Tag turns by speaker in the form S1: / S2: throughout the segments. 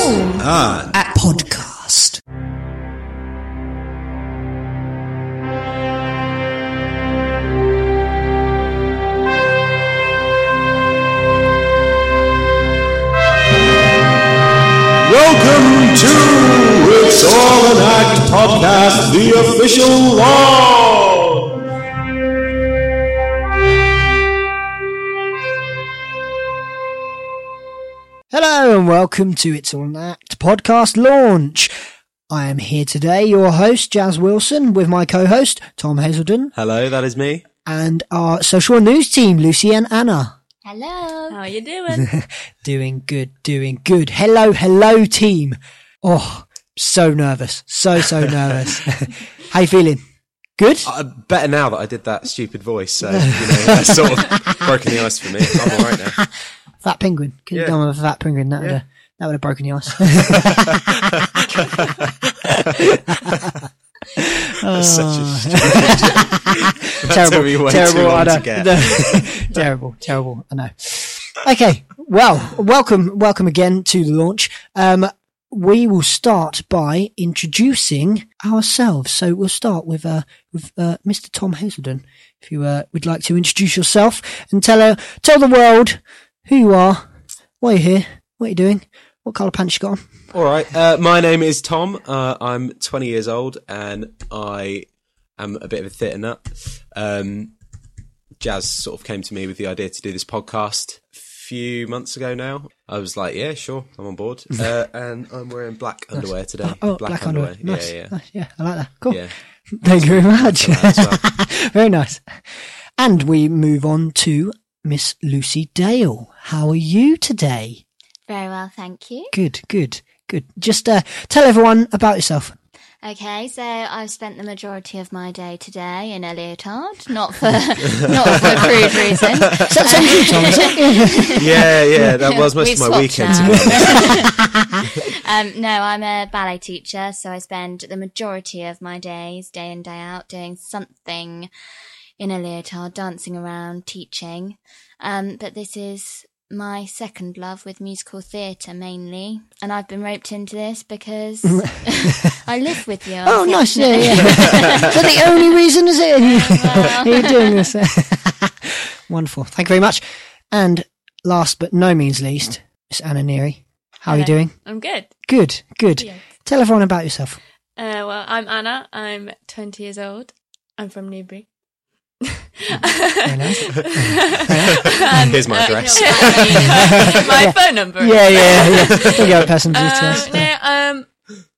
S1: on.
S2: at podcast.
S1: Welcome to It's All an Act Podcast, the official law.
S3: Hello and welcome to It's All an Act podcast launch. I am here today, your host, Jazz Wilson, with my co-host, Tom Hazelden,
S1: Hello, that is me.
S3: and our social news team, Lucy and Anna.
S4: Hello.
S5: How you doing?
S3: Doing good, doing good. Hello, hello team. Oh, so nervous. So, so nervous. How you feeling? Good?
S1: Uh, better now that I did that stupid voice, so, you know, that's sort of broken the ice for me. I'm alright now.
S3: Fat penguin. Could have
S1: Yeah.
S3: done with a fat penguin. That would have that would have broken the ice.
S1: That's such a stupid
S3: terrible,
S1: took me way too
S3: terrible,
S1: long
S3: I
S1: to
S3: know.
S1: get.
S3: No. terrible, terrible. I know. Okay, well, welcome, welcome again to the launch. Um, we will start by introducing ourselves. So we'll start with uh, with uh, Mr. Tom Hazelden. If you uh, would like to introduce yourself and tell uh, tell the world who you are, why you're here, what you're doing, what colour pants you got on.
S1: All right. Uh, my name is Tom. Uh, I'm 20 years old and I am a bit of a theatre nut. Um, Jazz sort of came to me with the idea to do this podcast a few months ago now. I was like, yeah, sure, I'm on board. Uh, and I'm wearing black underwear today.
S3: Oh, black, underwear. Nice.
S1: Yeah, yeah.
S3: Nice. Oh. yeah, I like that. Cool.
S1: Yeah.
S3: Thank you very much.
S1: As well.
S3: Very nice. And we move on to Miss Lucy Dale. How are you today?
S4: Very well, thank you.
S3: Good, good, good. Just uh, tell everyone about yourself.
S4: Okay, so I've spent the majority of my day today in a leotard, not for not for crude reasons.
S3: So, so you, Tom, is it?
S1: yeah, yeah, that was most
S4: We've
S1: of my
S4: swapped
S1: weekend. to
S4: now.
S1: be honest.
S4: Um, no, I'm a ballet teacher, so I spend the majority of my days, day in day out, doing something in a leotard, dancing around, teaching. Um, but this is my second love with musical theatre mainly, and I've been roped into this because I live with you.
S3: Oh, nice. Yeah, yeah. so the only reason is it you're doing this. Wonderful. Thank you very much. And last but no means least, Miss Anna Neary. How are you
S5: Hello.
S3: doing?
S5: I'm good.
S3: Good, good.
S5: Yes.
S3: Tell everyone about yourself.
S5: Uh, well, I'm Anna. I'm 20 years old. I'm from Newbury.
S3: Very nice.
S1: Here's
S3: Uh,
S1: my address.
S5: my phone number.
S3: Yeah, yeah, yeah. There you go, person
S5: Um,
S3: details.
S5: no, um,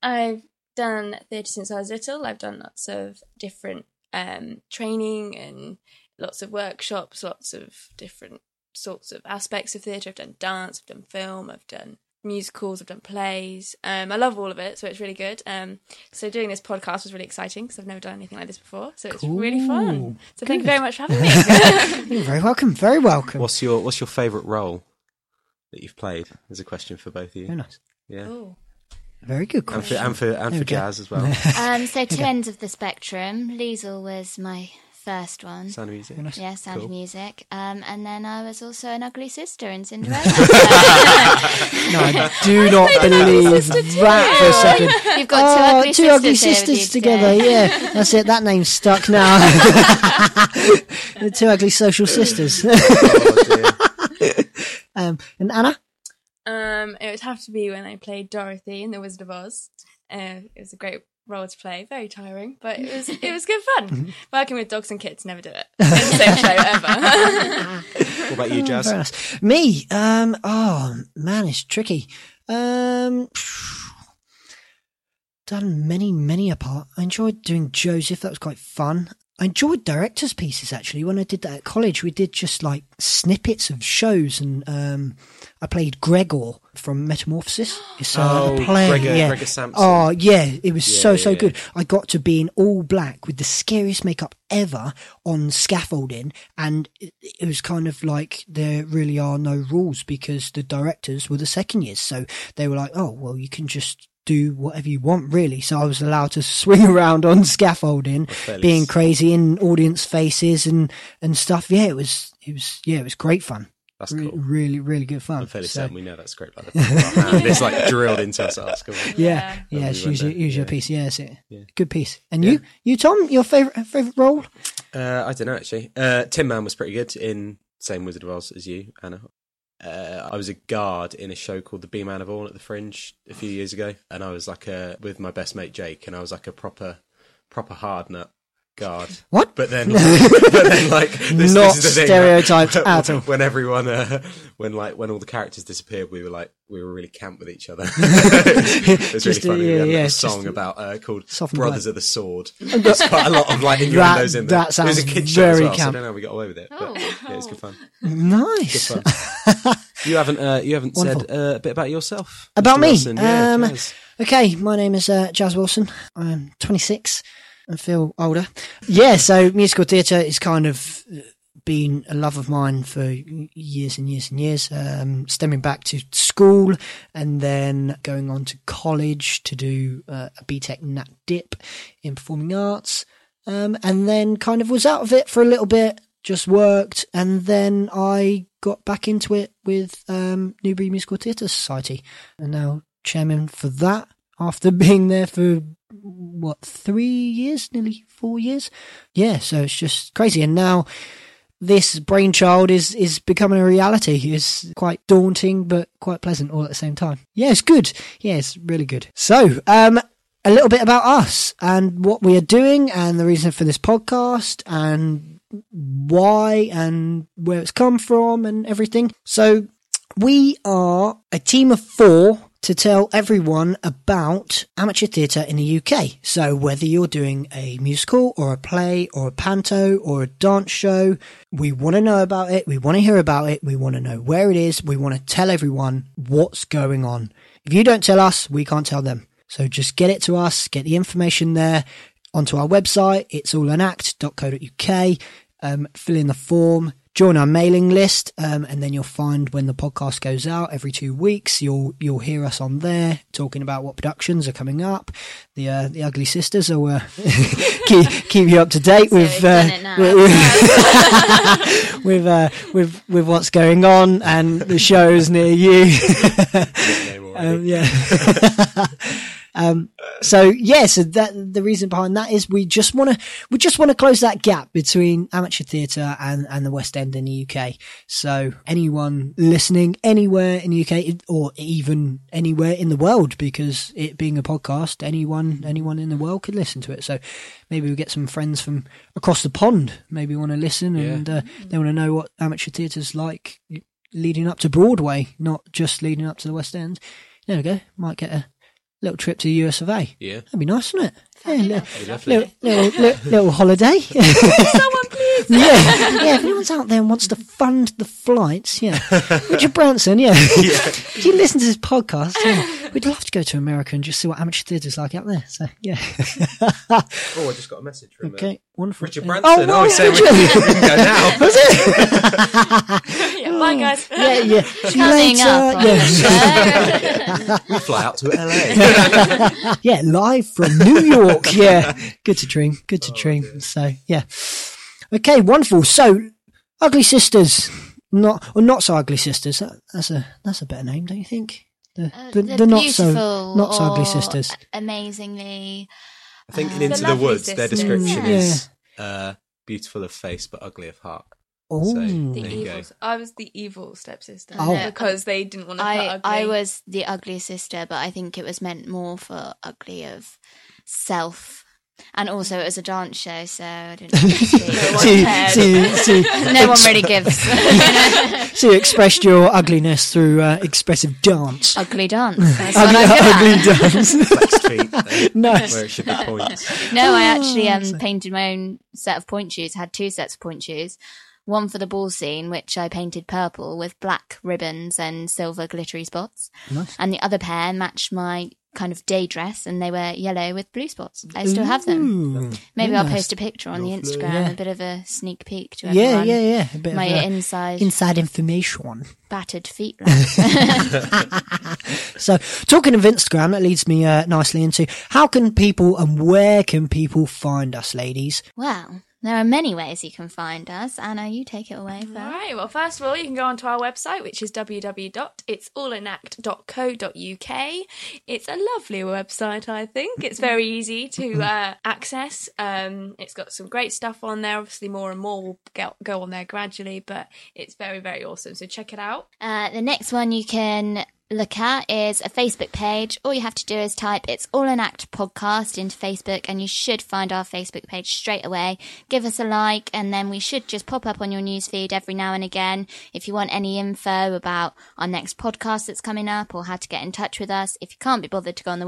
S5: I've done theatre since I was little. I've done lots of different um, training and lots of workshops, lots of different sorts of aspects of theatre. I've done dance, I've done film, I've done musicals, I've done plays. Um, I love all of it, so it's really good. Um, so doing this podcast was really exciting because I've never done anything like this before. So it's really
S3: Cool.
S5: fun. So thank you very much for having me.
S3: You're very welcome. Very welcome.
S1: What's your What's your favourite role that you've played? Is a question for both of
S3: Very
S1: you,
S3: nice.
S1: yeah,
S5: Ooh.
S3: Very good
S1: and for
S3: question.
S1: and for, and
S3: There
S1: for
S3: we go.
S1: Jazz as well.
S4: Um, so two ends of the spectrum. Liesel was my first one.
S1: Sound of music.
S4: yeah, sound
S1: Cool.
S4: of music. Um, and then I was also an ugly sister in Cinderella. So-
S3: no, I do not believe that for a second.
S4: You've got two ugly
S3: Oh, two ugly
S4: sisters, here with
S3: sisters
S4: you
S3: together.
S4: today.
S3: Yeah, that's it. That name's stuck now. the two ugly social sisters. um, and Anna.
S5: Um, it would have to be when I played Dorothy in The Wizard of Oz. Uh, it was a great role to play, very tiring, but it was it was good fun. Working with dogs and kids, never did it. In the same show ever.
S1: What about you, Jazz?
S3: Very nice. Me. Um. Oh man, it's tricky. Um. Done many, many a part. I enjoyed doing Joseph. That was quite fun. I enjoyed directors' pieces actually. When I did that at college, we did just like snippets of shows, and um, I played Gregor from Metamorphosis. It's uh,
S1: Oh,
S3: the play.
S1: Gregor-
S3: yeah.
S1: Gregor Samson.
S3: Oh yeah, it was so
S1: Yeah,
S3: so
S1: yeah,
S3: good. I got to be in all black with the scariest makeup ever on scaffolding, and it, it was kind of like there really are no rules because the directors were the second years, so they were like, "Oh, well, you can just." Do whatever you want, really. So I was allowed to swing around on scaffolding,
S1: fellas.
S3: being crazy in audience faces and and stuff. Yeah, it was it was yeah, it was great fun.
S1: That's
S3: Re-
S1: cool.
S3: Really, really good fun.
S1: I'm fairly
S3: So-
S1: certain we know that script like the back of our hand. It's like drilled into us at school.
S3: Yeah,
S1: Yeah.
S3: yeah,
S1: We
S3: it's
S1: went
S3: usually,
S1: there, yeah.
S3: usually a piece. Yeah, it's a
S1: Yeah.
S3: good piece. And you, you, Tom, your favorite favorite role?
S1: Uh, I don't know actually. Uh, Tin Man was pretty good in same Wizard of Oz as you, Anna. Uh, I was a guard in a show called The Bee Man of All at the Fringe a few years ago, and I was like a with my best mate Jake, and I was like a proper proper hard nut guard.
S3: What?
S1: But then, like, but then, like this,
S3: Not
S1: this is the thing,
S3: stereotyped
S1: like,
S3: at all.
S1: When everyone, uh, when like when all the characters disappeared, we were like we were really camp with each other. it was really
S3: Just, uh,
S1: funny. we
S3: yeah,
S1: had a
S3: yeah,
S1: little
S3: just-
S1: song about uh, called
S3: Soften the
S1: "Brothers of the Sword." There's quite a lot of like innuendos in there.
S3: that
S1: it was a
S3: sounds
S1: kid show as
S3: very
S1: well, so I
S3: camp.
S1: don't know. how We got away with it. But,
S4: Oh.
S1: yeah, it was good fun. Good
S3: Nice.
S1: fun. you haven't uh, you haven't said uh, a bit about yourself
S3: About
S1: Mr.
S3: me?
S1: Wilson. Yeah,
S3: Um,
S1: Jazz.
S3: Okay, my name is uh, Jazz Wilson. I'm 26. I feel older. Yeah, so musical theatre is kind of uh, been a love of mine for y- years and years and years, um, stemming back to school and then going on to college to do uh, a BTEC Nat Dip in performing arts. Um, and then kind of was out of it for a little bit, just worked, and then I got back into it with um, Newbury Musical Theatre Society, and now chairman for that after being there for what three years, nearly four years. Yeah, so it's just crazy, and now this brainchild is is becoming a reality. It's quite daunting, but quite pleasant all at the same time. Yeah, it's good. Yeah, it's really good. So, um, a little bit about us and what we are doing, and the reason for this podcast, and why, and where it's come from, and everything. So, we are a team of four to tell everyone about amateur theatre in the UK. So, whether you're doing a musical or a play or a panto or a dance show, we want to know about it. We want to hear about it. We want to know where it is. We want to tell everyone what's going on. If you don't tell us, we can't tell them. So, just get it to us, get the information there onto our website. It's all an act.co.uk. Um, fill in the form, join our mailing list, um, and then you'll find when the podcast goes out every two weeks. You'll you'll hear us on there talking about what productions are coming up. The uh, the Ugly Sisters will uh, keep keep you up to date with
S4: you've done it
S3: uh,
S4: now.
S3: with with, uh, with with what's going on and the shows near you.
S1: Nickname already.
S3: Um, yeah. um, so yeah, so that the reason behind that is we just want to we just want to close that gap between amateur theatre and and the West End in the UK. So anyone listening anywhere in the UK or even anywhere in the world, because it being a podcast, anyone anyone in the world could listen to it. So maybe we will get some friends from across the pond. Maybe want to listen and uh, they want to know what amateur theatre's like leading up to Broadway, not just leading up to the West End. There we go. Might get a little trip to the US of A.
S1: yeah.
S3: That'd be nice, wouldn't it? Yeah, little,
S1: lovely.
S3: little, little, little, little holiday.
S5: Someone please.
S3: yeah, yeah. If anyone's out there and wants to fund the flights, yeah. Richard Branson, yeah. if you listen to this podcast, yeah, we'd love to go to America and just see what amateur theatre's like out there. So, yeah.
S1: Oh, I just got a message from uh,
S3: okay, wonderful.
S1: Richard
S3: Yeah.
S1: Branson. Oh,
S3: wow,
S1: he's saying we
S3: Richard.
S1: can, we can go now.
S3: Was it?
S5: Yeah, bye guys.
S3: Yeah, yeah. See you
S4: Coming
S3: later.
S4: up on
S3: Yeah.
S4: the show.
S1: We fly out to LA.
S3: yeah, live from New York. Yeah, good to dream. Good to dream. So yeah, okay, wonderful. So, Ugly Sisters, not or not so Ugly Sisters. That, that's a that's a better name, don't you think? The,
S4: Uh,
S3: the,
S4: the
S3: the not so
S4: beautiful
S3: not so
S4: or
S3: ugly sisters.
S4: Amazingly.
S1: I think in
S4: The
S1: Into the,
S5: Lovely
S1: Woods, their
S5: Sisters.
S1: description
S3: Yeah.
S1: is uh, beautiful of face but ugly of heart.
S3: Oh,
S5: The
S1: There you go.
S5: evil. I was the evil stepsister
S3: Oh.
S4: No,
S5: because they didn't want to put
S4: I,
S5: ugly.
S4: I was the ugly sister, but I think it was meant more for ugly of self. And also, it was a dance show, so I didn't really
S3: see,
S4: cared.
S3: see, see,
S4: No one really gives you know,
S3: so you expressed your ugliness through uh, expressive dance.
S4: ugly dance. That's what
S3: Ugly,
S4: I'm good at.
S3: ugly dance.
S1: Flexed feet, uh,
S3: Nice.
S1: where it should be points.
S4: No, I actually um, painted my own set of point shoes. Had two sets of point shoes. One for the ball scene, which I painted purple with black ribbons and silver glittery spots.
S3: Nice.
S4: And the other pair matched my kind of day dress, and they were yellow with blue spots. I still have them.
S3: Ooh,
S4: Maybe
S3: very
S4: I'll
S3: nice.
S4: post a picture on the
S1: Lovely.
S4: Instagram,
S3: Yeah.
S4: a bit of a sneak peek to
S3: Yeah,
S4: everyone.
S3: yeah, yeah. A bit
S4: My
S3: of, uh,
S4: inside
S3: inside information.
S4: battered feet. like.
S3: So, talking of Instagram, that leads me uh, nicely into how can people and where can people find us, ladies?
S4: well, There are many ways you can find us. Anna, you take it away first.
S5: All right. Well, first of all, you can go onto our website, which is www.itsallinact.co.uk. It's a lovely website, I think. It's very easy to uh, access. Um, it's got some great stuff on there. Obviously, more and more will go go on there gradually, but it's very, very awesome. So check it out.
S4: Uh, the next one you can look at is a Facebook page. All you have to do is type It's All an Act podcast into Facebook, and you should find our Facebook page straight away. Give us a like, and then we should just pop up on your newsfeed every now and again. If you want any info about our next podcast that's coming up or how to get in touch with us, if you can't be bothered to go on the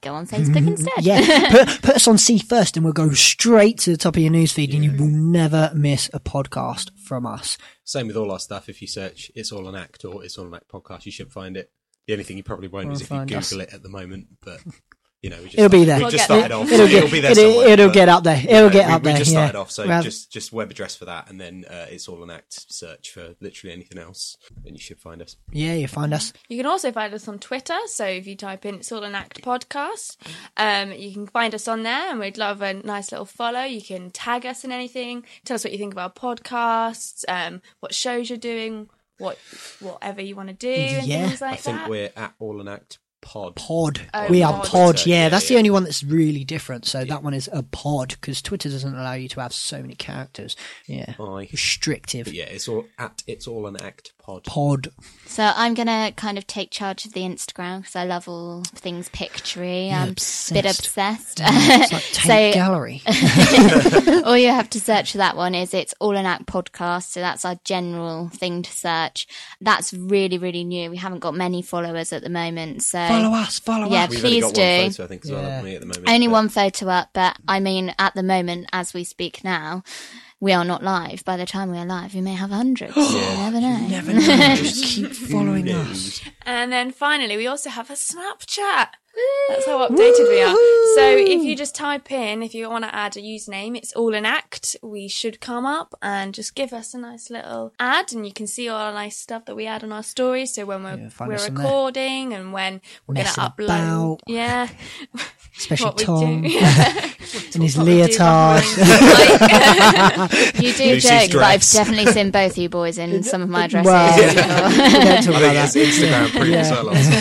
S4: go on Facebook instead.
S3: Yeah, put, put us on C first, and we'll go straight to the top of your newsfeed, and you will never miss a podcast from us.
S1: Same with all our stuff. If you search "It's All an Act" or "It's All an Act" podcast, you should find it. The only thing you probably won't
S3: We'll
S1: is if you
S3: find
S1: Google
S3: us.
S1: it at the moment, but you know, we just
S3: It'll be
S1: started-
S3: there.
S1: We
S5: We'll
S1: just
S5: get
S1: started
S5: there.
S1: off.
S3: It'll get-
S1: there
S3: it'll-
S1: somewhere,
S3: it'll
S1: but,
S3: get up there.
S1: you
S3: It'll
S1: know,
S3: get
S1: we,
S3: up
S1: We
S3: there,
S1: just
S3: yeah.
S1: started off, so
S3: Well-
S1: just just web address for that, and then uh, it's all an act search for literally anything else, and you should find us.
S3: Yeah, you find us.
S5: You can also find us on Twitter. So if you type in It's All an Act podcast, um, you can find us on there and we'd love a nice little follow. You can tag us in anything. Tell us what you think of our podcasts, um, what shows you're doing, what whatever you want to do and
S3: Yeah.
S5: things like
S1: I think
S5: that.
S1: we're at all an act pod.
S3: Pod.
S5: Oh,
S3: we are
S5: pod.
S3: pod. Yeah,
S1: Yeah,
S3: that's the
S1: yeah.
S3: only one that's really different. So that one is a pod because Twitter doesn't allow you to have so many characters. Yeah,
S1: Aye.
S3: restrictive.
S1: Oh. But yeah, it's all at it's all an act pod.
S3: Pod.
S4: So I'm gonna kind of take charge of the Instagram because I love all things pictory. I'm a bit obsessed.
S3: Mm, It's like Tate
S4: So-
S3: gallery.
S4: all you have to search for that one is it's all an act podcast so that's our general thing to search that's really really new we haven't got many followers at the moment so
S3: follow us. Follow
S4: Yeah,
S3: us.
S1: We've only got
S4: please
S1: one
S4: do.
S1: photo, I think, as well,
S3: Yeah.
S1: haven't we, at the moment.
S4: only
S1: but
S4: one photo up but i mean at the moment as we speak now we are not live by the time we are live we may have hundreds you never know
S3: Never know. Just keep following us.
S1: news.
S5: And then finally, we also have a Snapchat. That's how updated we are. So if you just type in, if you want to add a username, it's all an act. We should come up and just give us a nice little ad, and you can see all our nice stuff that we add on our stories. So when we're
S3: Yeah, find us
S5: we're
S3: on there.
S5: recording and when we're going to
S3: Messing
S5: upload,
S3: about.
S5: yeah,
S3: Especially
S5: what we
S3: Tom
S5: do.
S3: and his
S5: What we do
S3: leotard.
S5: behind, like-
S4: you do
S1: Lucy's
S4: joke but i've
S1: dress.
S4: definitely seen both you boys in some of my dresses
S3: Well,
S4: before.
S3: we don't talk
S1: I
S3: about
S1: think
S3: that.
S1: it's Instagram proof as well. also. So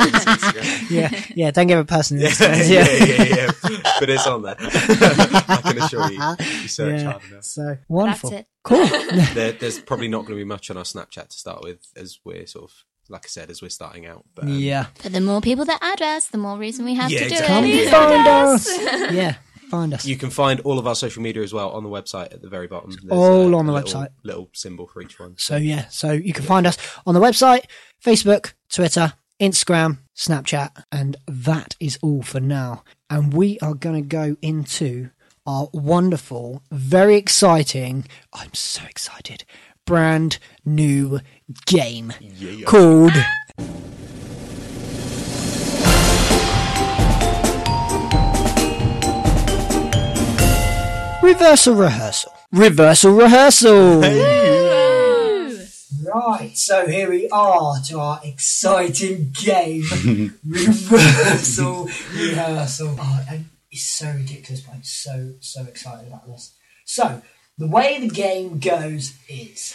S1: it's Instagram.
S3: Yeah, yeah. Don't give a person. Yeah,
S1: yeah, yeah, yeah, yeah. But it's on there. I can assure you. You search
S3: Yeah.
S1: hard enough.
S3: So wonderful.
S4: it.
S3: Cool.
S1: There, there's probably not going to be much on our Snapchat to start with, as we're sort of, like I said, as we're starting out. But um,
S3: yeah.
S4: but the more people that add us the more reason we have
S1: Yeah,
S4: to do
S1: exactly.
S4: it
S1: Yeah.
S3: Find us. yeah. Find us.
S1: you can find all of our social media as well on the website at the very bottom. There's
S3: all on the
S1: little-
S3: website.
S1: Little symbol for each one.
S3: So yeah, so you can find us on the website, Facebook, Twitter, Instagram, Snapchat, and that is all for now. And we are going to go into our wonderful, very exciting, I'm so excited, brand new game called Reversal Rehearsal. Reversal Rehearsal. Right, so here we are to our exciting game reversal rehearsal. Oh, and it's so ridiculous, but I'm so so excited about this. So the way the game goes is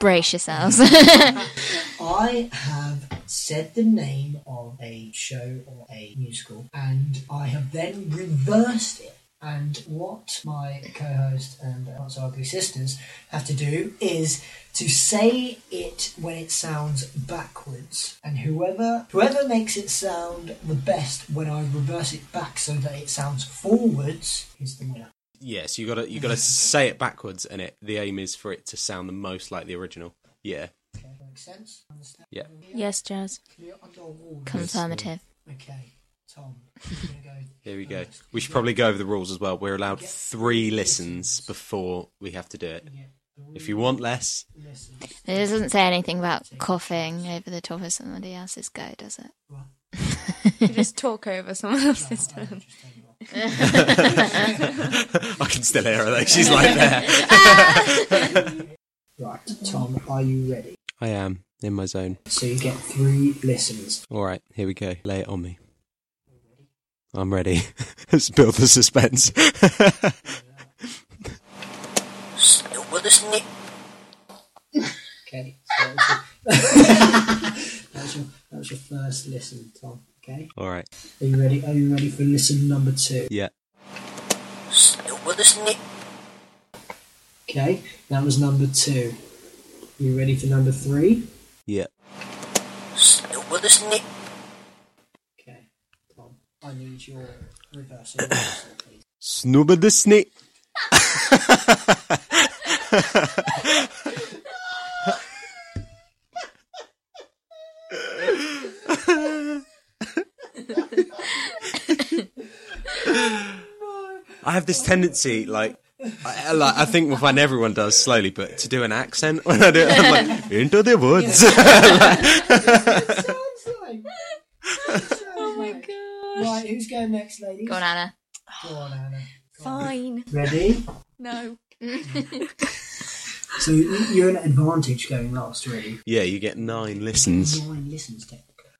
S4: brace yourselves
S3: I have said the name of a show or a musical, and I have then reversed it. And what my co-host and uh, also ugly sisters have to do is to say it when it sounds backwards, and whoever whoever makes it sound the best when I reverse it back so that it sounds forwards is the winner.
S1: Yes, you got to you got to say it backwards, and it the aim is for it to sound the most like the original. Yeah,
S3: Okay, that makes sense. Understand?
S1: Yeah.
S5: yes, Jazz.
S3: Clear under our walls.
S4: confirmative
S3: Okay, Tom, you're gonna go.
S1: here we go.
S3: first.
S1: We should probably go over the rules as well. We're allowed three listens before we have to do it. If you want less,
S3: Listen.
S4: It doesn't say anything about coughing over the top of somebody else's go, does it?
S5: You just talk over someone else's time.
S1: I can still hear her though. She's like there.
S3: Right, Tom, are you ready?
S1: I am in my zone.
S3: So you get three listens.
S1: All right, here we go. Lay it on me. I'm ready. Let's build the suspense.
S3: just nip. okay. So that was, your, that, was your, that was your first listen, Tom. Okay.
S1: All right.
S3: Are you ready? Are you ready for listen number two?
S1: Yeah.
S3: Still with us, Nick. Okay, that was number two. You ready for number three?
S1: Yeah.
S3: Still with us, Nick. Okay, Tom, I need your reverse order, please.
S1: Snubber the snake. I have this tendency, like, I, I like, I think when everyone does slowly, but to do an accent when I do it, I'm like, into the woods.
S3: Sounds like.
S5: Oh my gosh.
S3: Right, who's going next, ladies?
S4: Go on, Anna.
S3: Go on, Anna. Go on.
S5: Fine.
S3: Ready?
S5: No.
S3: So you- you're at an advantage going last, really.
S1: yeah, you get nine listens.
S3: Nine listens technically.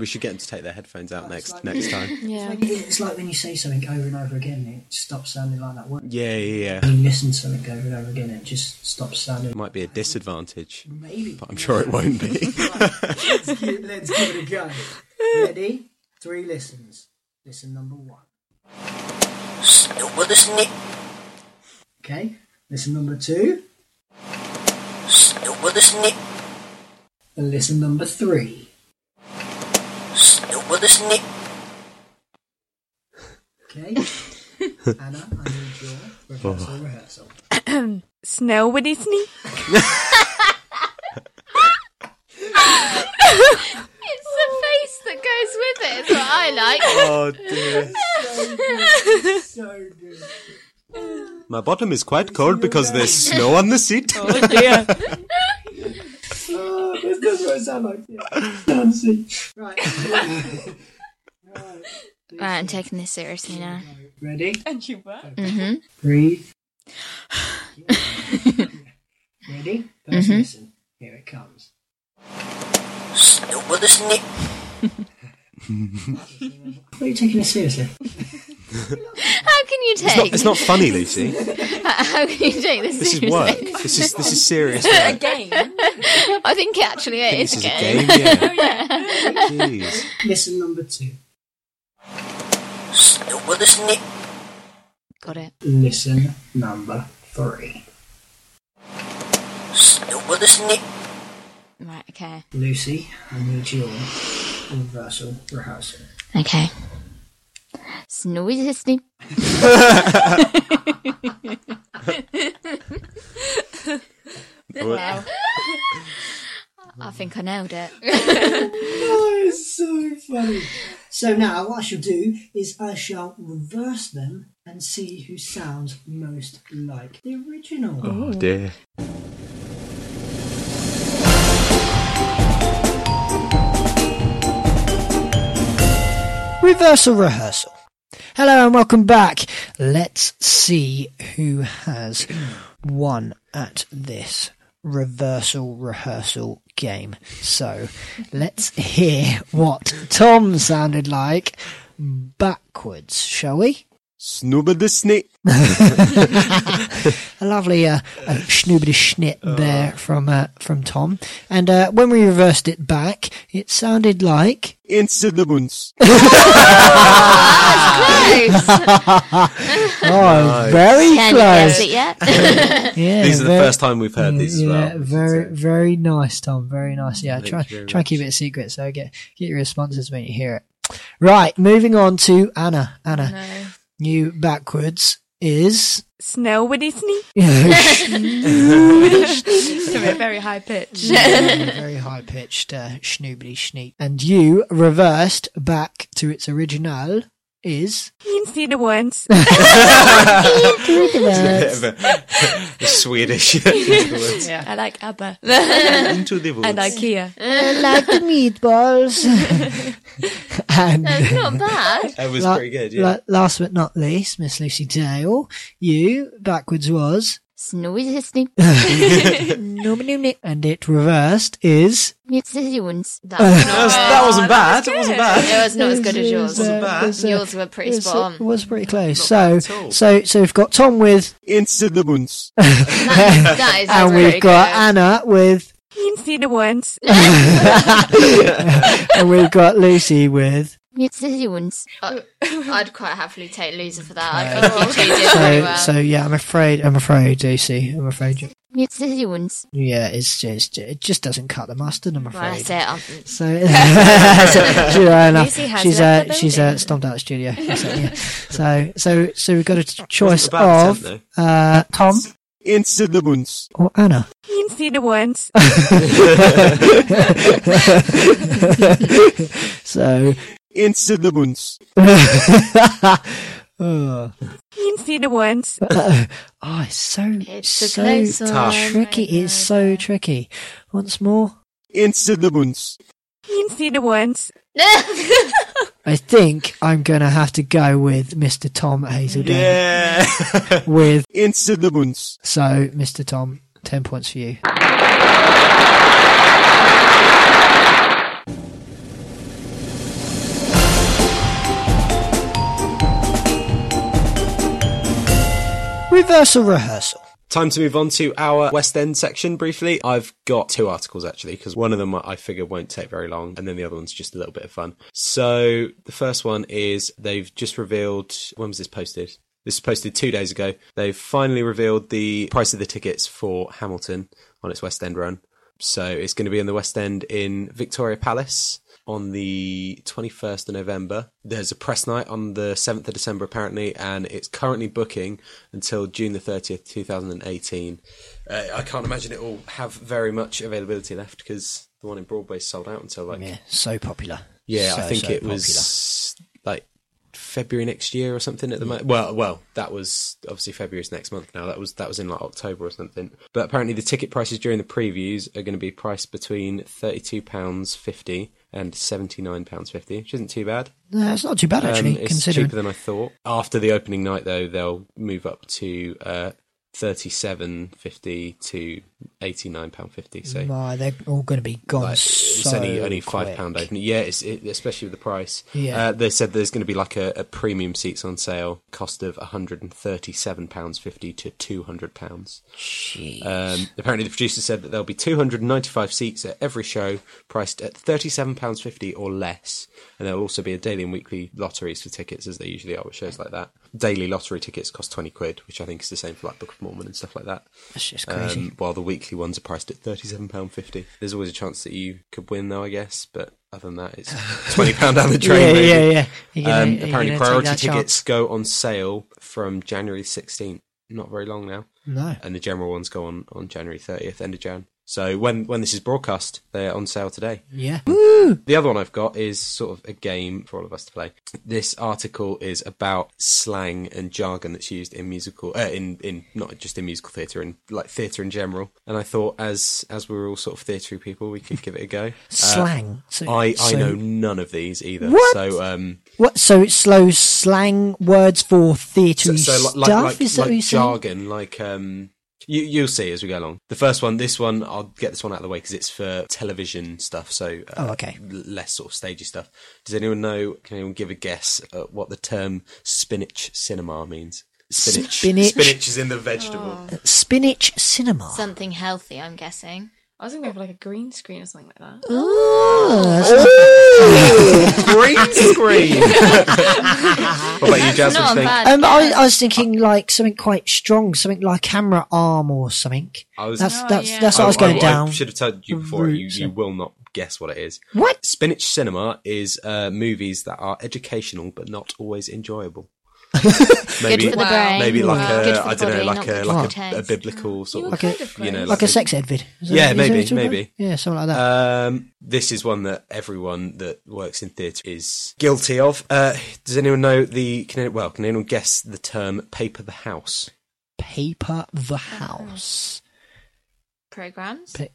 S1: We should get them to take their headphones out next
S3: like-
S1: next time.
S5: Yeah.
S3: It's like- It's like when you say something over and over again, it stops sounding like that word.
S1: Yeah, yeah, yeah.
S3: When you listen to something over and over again, it just stops sounding.
S1: It might be a disadvantage,
S3: Maybe.
S1: but I'm sure it won't be.
S3: Let's give let's give it a go. Ready? Three listens. Listen number one.
S2: Still with us, Nick.
S3: Okay. Listen number two.
S2: Still with us, Nick.
S3: And listen number three.
S2: Still with us, Nick.
S3: Okay. Anna, I need your rehearsal.
S5: Oh.
S3: Rehearsal.
S5: Snell with his knee.
S4: It's the face that goes with it, is what I like.
S1: oh dear.
S3: So good.
S1: My bottom is quite cold because there's snow on the seat.
S3: Oh, this doesn't really sound like yeah. Nancy. Right.
S4: Right, I'm taking this seriously now.
S3: Ready?
S5: And you were.
S4: Mm-hmm.
S3: Breathe. Ready? 1st listen. Here it comes.
S2: Still with us, Nick.
S3: Are you taking this seriously?
S4: How can you
S1: It's
S4: take?
S1: not, it's not funny, Lucy.
S4: How can you take this?
S1: This is
S4: seriously?
S1: work. This is this is serious. Work.
S5: Again.
S4: I think it actually it
S1: This
S4: is
S1: is
S4: a
S1: a game.
S4: game.
S1: Yeah. Jeez.
S3: Listen number two.
S2: Still with us, Nick.
S4: Got it.
S3: Listen number three.
S2: Still with us, Nick.
S4: Right. Okay.
S3: Lucy, I need your reversal rehearsal.
S4: Okay. Snowy listening.
S1: Wow.
S4: I think I nailed it.
S3: Oh, it's so funny. So now what I shall do is I shall reverse them and see who sounds most like the original.
S1: Oh dear.
S3: Reversal rehearsal. Hello and welcome back. Let's see who has won at this reversal rehearsal game. So let's hear what Tom sounded like backwards, shall we?
S1: Snubber the snake.
S3: A lovely uh, uh, schnoobity schnit there from uh, from Tom. And uh, when we reversed it back, it sounded like
S1: Into the woods.
S4: Close.
S3: oh, very
S4: Can you guess
S3: close.
S4: it yet?
S3: Yeah,
S1: These are the
S3: very-
S1: first time we've heard these as
S3: Mm, yeah,
S1: well.
S3: very, very nice, Tom. Very nice. Yeah,
S1: Thank
S3: try,
S1: you very
S3: try
S1: much.
S3: and keep it a secret. So get get your responses when you hear it. Right, moving on to Anna. Anna,
S5: No.
S3: you backwards is
S5: Snell with his knee. a very high pitch.
S3: very high pitched uh, schnoobity schneep, and you reversed back to its original is
S5: You can see the ones.
S1: It's a bit of a- a Swedish. Into the woods.
S5: I like ABBA.
S1: Into the woods.
S5: and IKEA.
S3: like the meatballs. and
S4: That's not bad.
S1: That was
S3: la-
S1: pretty good. Yeah.
S3: la- last but not least, Miss Lucy Dale, you backwards was
S4: Snowy snip.
S3: No, no, no. and it reversed is
S4: It's the ones. That
S1: That, was, that wasn't bad. It wasn't bad.
S4: it was not as good as yours.
S1: Wasn't bad.
S4: Yours were pretty
S3: It's-
S4: spot on.
S3: It was pretty close.
S1: bad
S3: So,
S1: at all.
S3: so, so we've got Tom with,
S1: Into the moons.
S4: That is
S3: and
S4: pretty
S3: we've got um,
S4: good.
S3: Anna with, and we've got Lucy with.
S4: It's the ones. I- Uh, I'd quite happily take loser for that. I think you two did very
S3: So,
S4: well.
S3: so yeah, I'm afraid, I'm afraid, Lucy, I'm afraid. you-
S4: It's the ones.
S3: Yeah, it's just, it just doesn't cut the mustard. I'm
S4: Right, that's
S3: afraid.
S4: it. I'm-
S3: So, so she- uh, no,
S5: Lucy has
S3: she's
S5: left
S3: uh,
S5: the
S3: she's uh,
S5: building.
S3: stomped out of the studio. That's it, yeah. So so so we've got a t- choice
S1: a bad
S3: of
S1: attempt,
S3: uh, Tom
S1: Into the moons.
S3: or Anna. So
S1: Into the moons.
S3: oh, oh, it's so
S4: It's a
S3: so
S4: close one.
S1: Tough.
S3: tricky. It's so tricky. Once more,
S1: Into the moons.
S3: I think I'm gonna have to go with Mr. Tom Hazelden.
S1: Yeah.
S3: With
S1: Into the moons.
S3: so Mr. Tom, ten points for you. Reversal rehearsal.
S1: Time to move on to our West End section briefly. I've got two articles actually, because one of them I figure won't take very long, and then the other one's just a little bit of fun. So the first one is they've just revealed when was this posted? This was posted two days ago. They've finally revealed the price of the tickets for Hamilton on its West End run. So it's going to be in the West End in Victoria Palace on the 21st of November. There's a press night on the 7th of December, apparently, and it's currently booking until June the 30th, 2018. Uh, I can't imagine it will have very much availability left because the one in Broadway sold out until like. Yeah,
S3: Yeah, so popular. So,
S1: I think
S3: so
S1: it was like February next year or something at the moment. Well, well, that was obviously February's next month now. That was that was in like October or something. But apparently the ticket prices during the previews are going to be priced between £32.50 and £79.50, which isn't too bad.
S3: popular. No, it's not too bad actually,
S1: Um, it's
S3: considering.
S1: cheaper than I thought. After the opening night, though, they'll move up to uh, thirty-seven fifty to eighty-nine pound fifty. So
S3: My, they're all going to be gone
S1: like, it's
S3: so
S1: only only
S3: quick.
S1: five pound opening. Yeah, it's, it, especially with the price.
S3: Yeah.
S1: Uh, they said there's going to be like a, a premium seats on sale, cost of one hundred and thirty-seven pounds fifty to two hundred pounds. Um, apparently, the producer said that there'll be 295 seats at every show, priced at £37.50 or less. And there'll also be a daily and weekly lotteries for tickets, as they usually are with shows like that. Daily lottery tickets cost 20 quid, which I think is the same for like Book of Mormon and stuff like that.
S3: That's just crazy.
S1: Um, while the weekly ones are priced at £37.50. There's always a chance that you could win, though, I guess. But other than that, it's £20 down the drain.
S3: yeah,
S1: really.
S3: yeah, yeah, You're gonna-
S1: Um,
S3: you're
S1: apparently,
S3: gonna take
S1: priority
S3: that
S1: tickets
S3: chance.
S1: go on sale from January 16th. Not very long now
S3: No.
S1: and the general ones go on on January 30th, end of Jan. So when when this is broadcast, they're on sale today.
S3: Yeah.
S1: The other one I've got is sort of a game for all of us to play. This article is about slang and jargon that's used in musical, uh, in in not just in musical theatre, in like theatre in general. And I thought, as as we're all sort of theatre people, we could give it a go. Uh,
S3: Slang. So,
S1: I I
S3: so-
S1: know none of these either.
S3: What?
S1: So um,
S3: What? So it's slow slang words for
S1: so,
S3: theatre
S1: so
S3: stuff.
S1: like, like, like,
S3: is that what
S1: like
S3: you're saying?
S1: jargon, like um, you you'll see as we go along. The first one, this one, I'll get this one out of the way because it's for television stuff. So uh,
S3: Oh, okay.
S1: l- less sort of stagey stuff. Does anyone know? Can anyone give a guess at what the term spinach cinema means? Spinach.
S3: Spinach. Oh.
S1: Spinach is in the vegetable.
S3: Uh, Spinach cinema.
S4: Something healthy, I'm guessing.
S5: I was gonna go for like a green screen or something like that.
S1: Green screen. what about you, Jasmine?
S4: Not a
S1: Think?
S4: bad
S3: Um, I,
S4: guess.
S3: I was thinking like something quite strong, something like camera arm or something.
S1: I was-
S3: that's
S5: Oh,
S3: that's
S5: yeah.
S3: that's what I was going down.
S1: should have told you
S3: the
S1: before. You,
S3: route.
S1: you will not guess what it is.
S3: What?
S1: Spinach cinema is uh, movies that are educational but not always enjoyable. maybe,
S4: Good for the
S5: Wow.
S4: brain.
S1: maybe like
S5: Wow.
S1: a
S4: Good for
S1: I
S4: the
S1: don't know,
S4: body,
S1: like
S4: not
S1: a
S4: good for
S1: like
S4: the
S1: a, a
S4: taste. Mm.
S1: biblical sort
S3: Okay.
S1: of, you know,
S3: Like a sex Edvid. Is that-
S1: Yeah,
S3: is that
S1: maybe,
S3: what you're talking
S1: maybe.
S3: about? Yeah, something like that.
S1: Um, this is one that everyone that works in theatre is guilty of. Uh, does anyone know the? Can anyone, well, can anyone guess the term "paper the house"?
S3: Paper the house.
S4: Programs.
S3: Pa-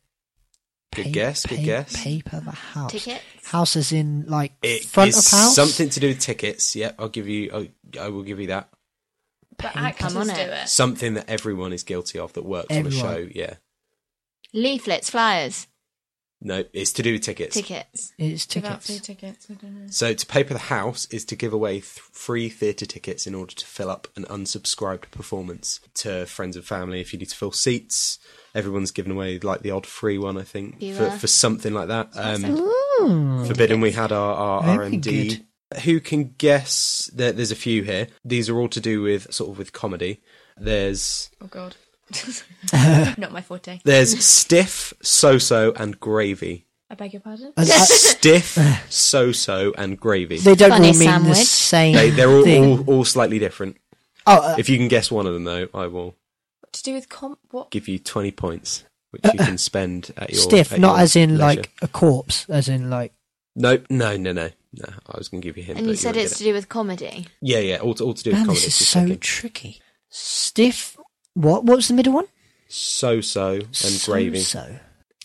S1: Good
S3: pa-
S1: guess, good
S3: pa-
S1: guess.
S3: Paper the house.
S4: Tickets?
S3: House is in like
S1: It
S3: front
S1: is
S3: of house.
S1: something to do with tickets. Yeah, I'll give you. I, I will give you that.
S5: But
S3: Pink.
S5: actors
S4: Come on
S5: do
S4: it.
S5: it.
S1: Something that everyone is guilty of that works on a
S3: Everyone.
S1: show. Yeah.
S4: Leaflets, flyers,
S1: No, it's to do with tickets.
S4: tickets.
S3: It's
S5: Give out
S3: tickets.
S5: free tickets. I don't know.
S1: So to pay for the house is to give away th- free theatre tickets in order to fill up an unsubscribed performance to friends and family. If you need to fill seats, everyone's given away like the odd free one, I think, for,
S4: Viewer.
S1: for something like that. Um,
S3: Ooh.
S1: forbidden, we had our, our
S3: Very
S1: RMD. Who can guess? There, there's a few here. These are all to do with sort of with comedy. There's
S5: Oh god. Not my forte.
S1: there's stiff, so so, and gravy.
S5: I beg your pardon.
S3: And I-
S1: Stiff, so so, and gravy.
S3: they don't all
S4: Funny
S3: mean the
S4: sandwich.
S3: same
S1: They, they're all,
S3: thing.
S1: all all slightly different.
S3: oh, uh,
S1: If you can guess one of them, though, I will
S5: To do with comp? What?
S1: give you twenty points, which you can spend at your
S3: Uh, stiff,
S1: at
S3: not
S1: your
S3: as in
S1: leisure.
S3: like a corpse, as in like
S1: No, no, no, no, no. I was going to give you a hint.
S4: And
S1: but
S4: you said
S1: won't
S4: it's to
S1: get
S4: do with comedy.
S1: it. yeah, yeah, all to, all to do with
S3: Man,
S1: comedy.
S3: this is
S1: just
S3: so
S1: checking.
S3: tricky. Stiff. What? What was the middle one?
S1: so so and gravy. So,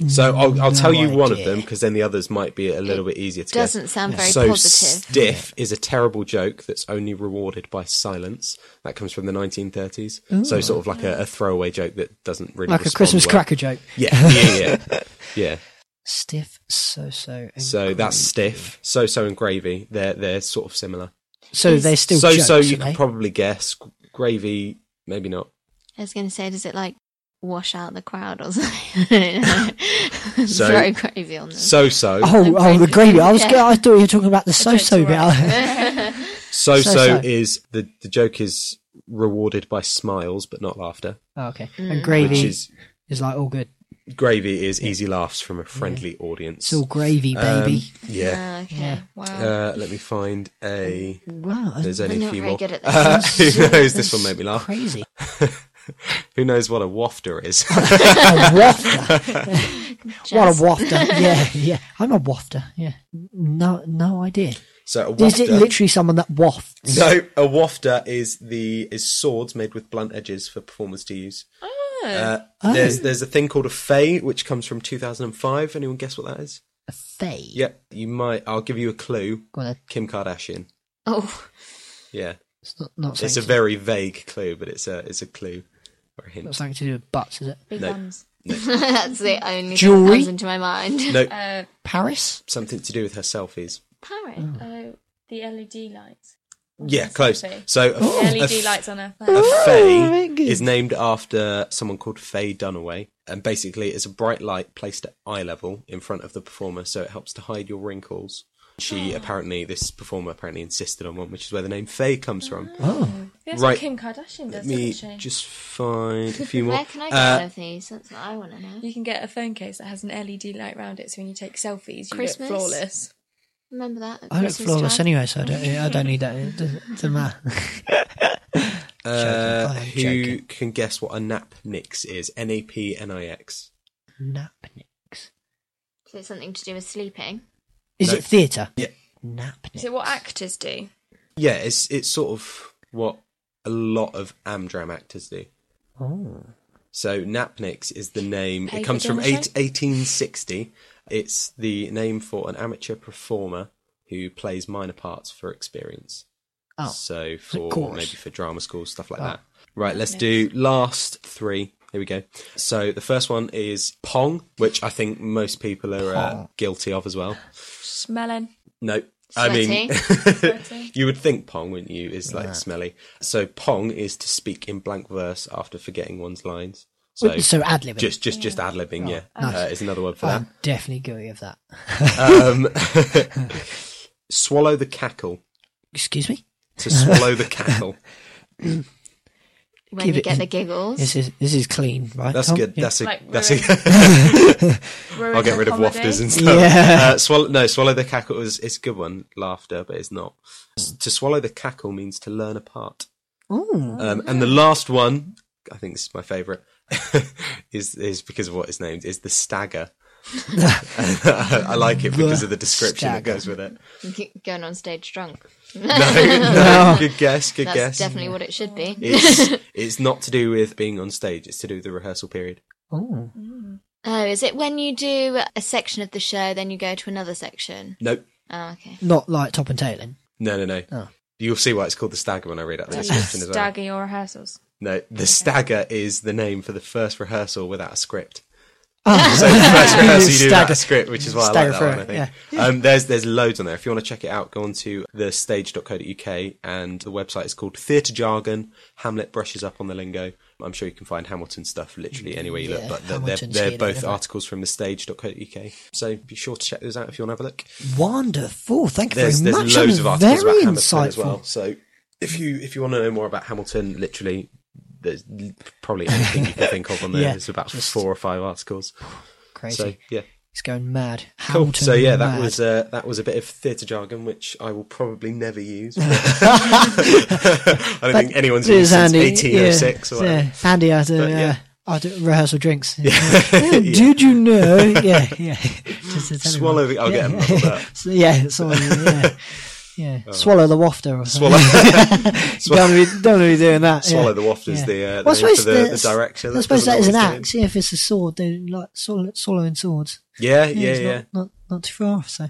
S3: So,
S1: I'll, I'll
S3: No
S1: tell you one of
S3: idea.
S1: them because then the others might be a little bit easier to
S4: Doesn't
S1: guess.
S4: sound very
S1: so
S4: positive.
S1: stiff is a terrible joke that's only rewarded by silence. That comes from the 1930s. So sort of like a, a throwaway joke that doesn't really
S3: like a
S1: respond
S3: Christmas
S1: well.
S3: cracker joke.
S1: Yeah, yeah, yeah, yeah.
S3: Stiff. So so. And
S1: So that's stiff. So so and gravy. They're they're sort of similar.
S3: So they're still
S1: so
S3: jokes,
S1: so you
S3: are
S1: can
S3: they?
S1: probably guess G- gravy. Maybe not.
S4: I was going to say, does it like wash out the crowd or something? I don't know.
S1: So-
S4: Throw gravy on them.
S1: So so
S3: Oh, oh, the
S4: gravy.
S3: gravy. I was,
S4: Yeah.
S3: I thought you were talking about the so
S5: joke's
S3: so bit.
S5: alright.
S1: so so
S3: so-so.
S1: is the the joke is rewarded by smiles but not laughter,
S3: oh, okay.
S5: Mm.
S3: And
S1: which
S3: gravy is,
S1: is
S3: like all good.
S1: gravy is easy laughs from a friendly audience.
S3: It's all gravy,
S1: Um,
S3: baby.
S1: yeah.
S4: Ah, okay.
S3: Yeah.
S4: Wow.
S1: Uh, let me find a.
S3: wow, that's
S1: There's only
S4: I'm
S1: a
S4: not
S1: few
S4: very
S1: more.
S4: good at
S1: Uh,
S4: this.
S1: who knows? This one made me laugh.
S3: crazy.
S1: Who knows what a wafter is?
S3: a wafter. What a
S4: Jazz.
S3: wafter. Yeah, yeah. I'm a wafter. Yeah. No, no idea.
S1: so a
S3: Is it
S1: wafter.
S3: literally someone that wafts?
S1: No, a wafter is the is swords made with blunt edges for performers to use. Uh, There's there's a thing called a fey, which comes from 2005. Anyone guess what that is?
S3: A fae.
S1: Yep, you might. I'll give you a clue.
S3: Go on, then.
S1: Kim Kardashian.
S4: Oh,
S1: Yeah,
S3: it's not, not
S1: it's a
S3: something.
S1: very vague clue, but it's a it's a clue or a
S3: not
S1: hint.
S3: something to do with butts, is it?
S5: Big
S1: No.
S5: bums.
S4: that's the only thing that
S3: Jewelry?
S4: comes into my mind.
S1: No,
S5: Uh,
S3: Paris?
S1: something to do with her selfies.
S4: Parrot.
S5: oh, the LED lights.
S1: Yeah, close.
S5: selfie.
S1: So a, f- a
S5: LED
S1: f-
S5: lights on her.
S1: A
S5: phone.
S1: fey
S3: very good.
S1: is named after someone called Faye Dunaway, and basically it's a bright light placed at eye level in front of the performer, so it helps to hide your wrinkles.
S3: Ah.
S1: She apparently, this performer apparently insisted on one, which is where the name Faye comes from.
S5: Mm.
S3: Oh.
S5: That's
S1: Right.
S5: what Kim Kardashian
S1: Let
S5: does,
S1: me
S5: doesn't she?
S1: just find a few more.
S4: Where can I get
S1: Uh,
S4: one of these? That's what I want to know.
S5: You can get a phone case that has an LED light round it, so when you take selfies, you
S4: Christmas?
S5: look flawless.
S4: Remember that? at
S3: I look
S4: Christmas
S3: Oh, flawless
S4: time?
S3: anyway, so I don't, I don't need that. It doesn't, doesn't matter.
S1: uh,
S3: Joking. I am
S1: who
S3: joking.
S1: can guess what a napnix is? N A P N I X.
S3: Napnicks.
S4: So it's something to do with sleeping.
S3: Is
S1: No.
S3: it theatre?
S1: Yeah.
S3: Napnicks.
S5: Is it what actors do?
S1: Yeah, it's it's sort of what a lot of Amdram actors do.
S3: Oh.
S1: So Napnix is the name.
S5: Pay
S1: it
S5: for
S1: comes from
S5: dinner
S1: eight,
S5: show?
S1: 1860. It's the name for an amateur performer who plays minor parts for experience.
S3: Oh.
S1: So
S3: Of
S1: for
S3: course.
S1: maybe for drama schools, stuff like
S3: Oh.
S1: that. Right, let's do last three. Here we go. So the first one is Pong, which I think most people are uh,
S3: Pong.
S1: guilty of as well.
S5: Smelling.
S1: No. I mean, you would think pong, wouldn't you? Is like smelly. So pong is to speak in blank verse after forgetting one's lines. So
S3: Wait, So ad libbing.
S1: just, just, just ad libbing. Yeah, uh, is another word for that.
S3: I'm definitely guilty of that.
S1: Um, swallow the cackle.
S3: Excuse me?
S1: To swallow the cackle.
S4: When
S3: Give
S4: you
S3: it-
S4: get the giggles.
S3: This is this is clean, right?
S1: That's
S3: Tom?
S1: good.
S3: Yeah.
S1: That's a.
S5: Like
S1: that's a.
S5: Ruin
S1: I'll get
S5: her
S1: rid of
S5: comedy.
S1: wafters and stuff.
S3: Yeah.
S1: Uh, swallow, no, swallow the cackle is it's a good one. Laughter, but it's not. S- To swallow the cackle means to learn apart.
S3: Ooh.
S1: Um, and the last one, I think this is my favourite, is is because of what it's named, is the stagger. I like it because of the description that
S3: stagger.
S1: goes with it.
S4: Going on stage drunk.
S1: No, no, good guess, good
S4: That's
S1: guess.
S4: definitely what it should be.
S1: it's it's not to do with being on stage; it's to do with the rehearsal period.
S3: Ooh.
S4: Oh, is it when you do a section of the show, then you go to another section?
S1: Nope,
S4: Oh, okay.
S3: Not like top and tailing.
S1: no, no, no.
S3: Oh.
S1: You'll see why it's called the stagger when I read out the
S5: Do you
S1: description as well.
S5: stagger your rehearsals?
S1: No, the stagger is the name for the first rehearsal without a script.
S3: Oh,
S1: So the first rehearsal you do without
S3: Stagger.
S1: a script, which is why I
S3: Stagger
S1: like that
S3: for
S1: one.
S3: it,
S1: I think. Um, there's there's loads on there. If you want to check it out, go on to thestage.co.uk and the website is called Theatre Jargon. Hamlet brushes up on the lingo. I'm sure you can find Hamilton stuff literally anywhere you
S3: Yeah,
S1: look, but they're- they're,
S3: Hamilton's
S1: they're
S3: here,
S1: both
S3: whatever.
S1: articles from thestage.co.uk. So be sure to check those out if you want to have a look
S3: Wonderful. Thank you
S1: there's
S3: very
S1: there's
S3: much.
S1: loads
S3: That
S1: of articles
S3: was very
S1: about Hamilton
S3: insightful.
S1: as well. So if you if you want to know more about Hamilton, literally there's l- probably anything you can think of on there.
S3: Yeah,
S1: there's about
S3: just-
S1: four or five articles.
S3: Crazy.
S1: So yeah,
S3: it's going mad.
S1: cool.
S3: Hamilton
S1: so yeah, that
S3: mad.
S1: was uh, that was a bit of theatre jargon which I will probably never use. but- I don't think anyone's
S3: It is
S1: used since
S3: Andy,
S1: 1806
S3: yeah,
S1: or whatever.
S3: Yeah, Andy at uh,
S1: But, yeah.
S3: uh, at rehearsal drinks. Yeah, Did you know? Yeah, yeah. Just to tell
S1: Swallow
S3: everyone.
S1: the- I'll
S3: yeah,
S1: get him up on that. Oh.
S3: So, yeah, swallow. Yeah, yeah. swallow the wafter. Or
S1: Swallow,
S3: something. don't, wanna be, don't wanna be doing that.
S1: swallow
S3: yeah.
S1: the waft is
S3: Yeah.
S1: the, uh, the
S3: Well, I
S1: name for
S3: suppose
S1: the, the
S3: that's-
S1: director.
S3: I suppose
S1: doesn't
S3: that is an
S1: know what he's
S3: axe. Yeah, if it's a sword, they like swallow, swallowing swords.
S1: doing. Yeah, yeah,
S3: it's
S1: yeah.
S3: Not, not, not too far off. So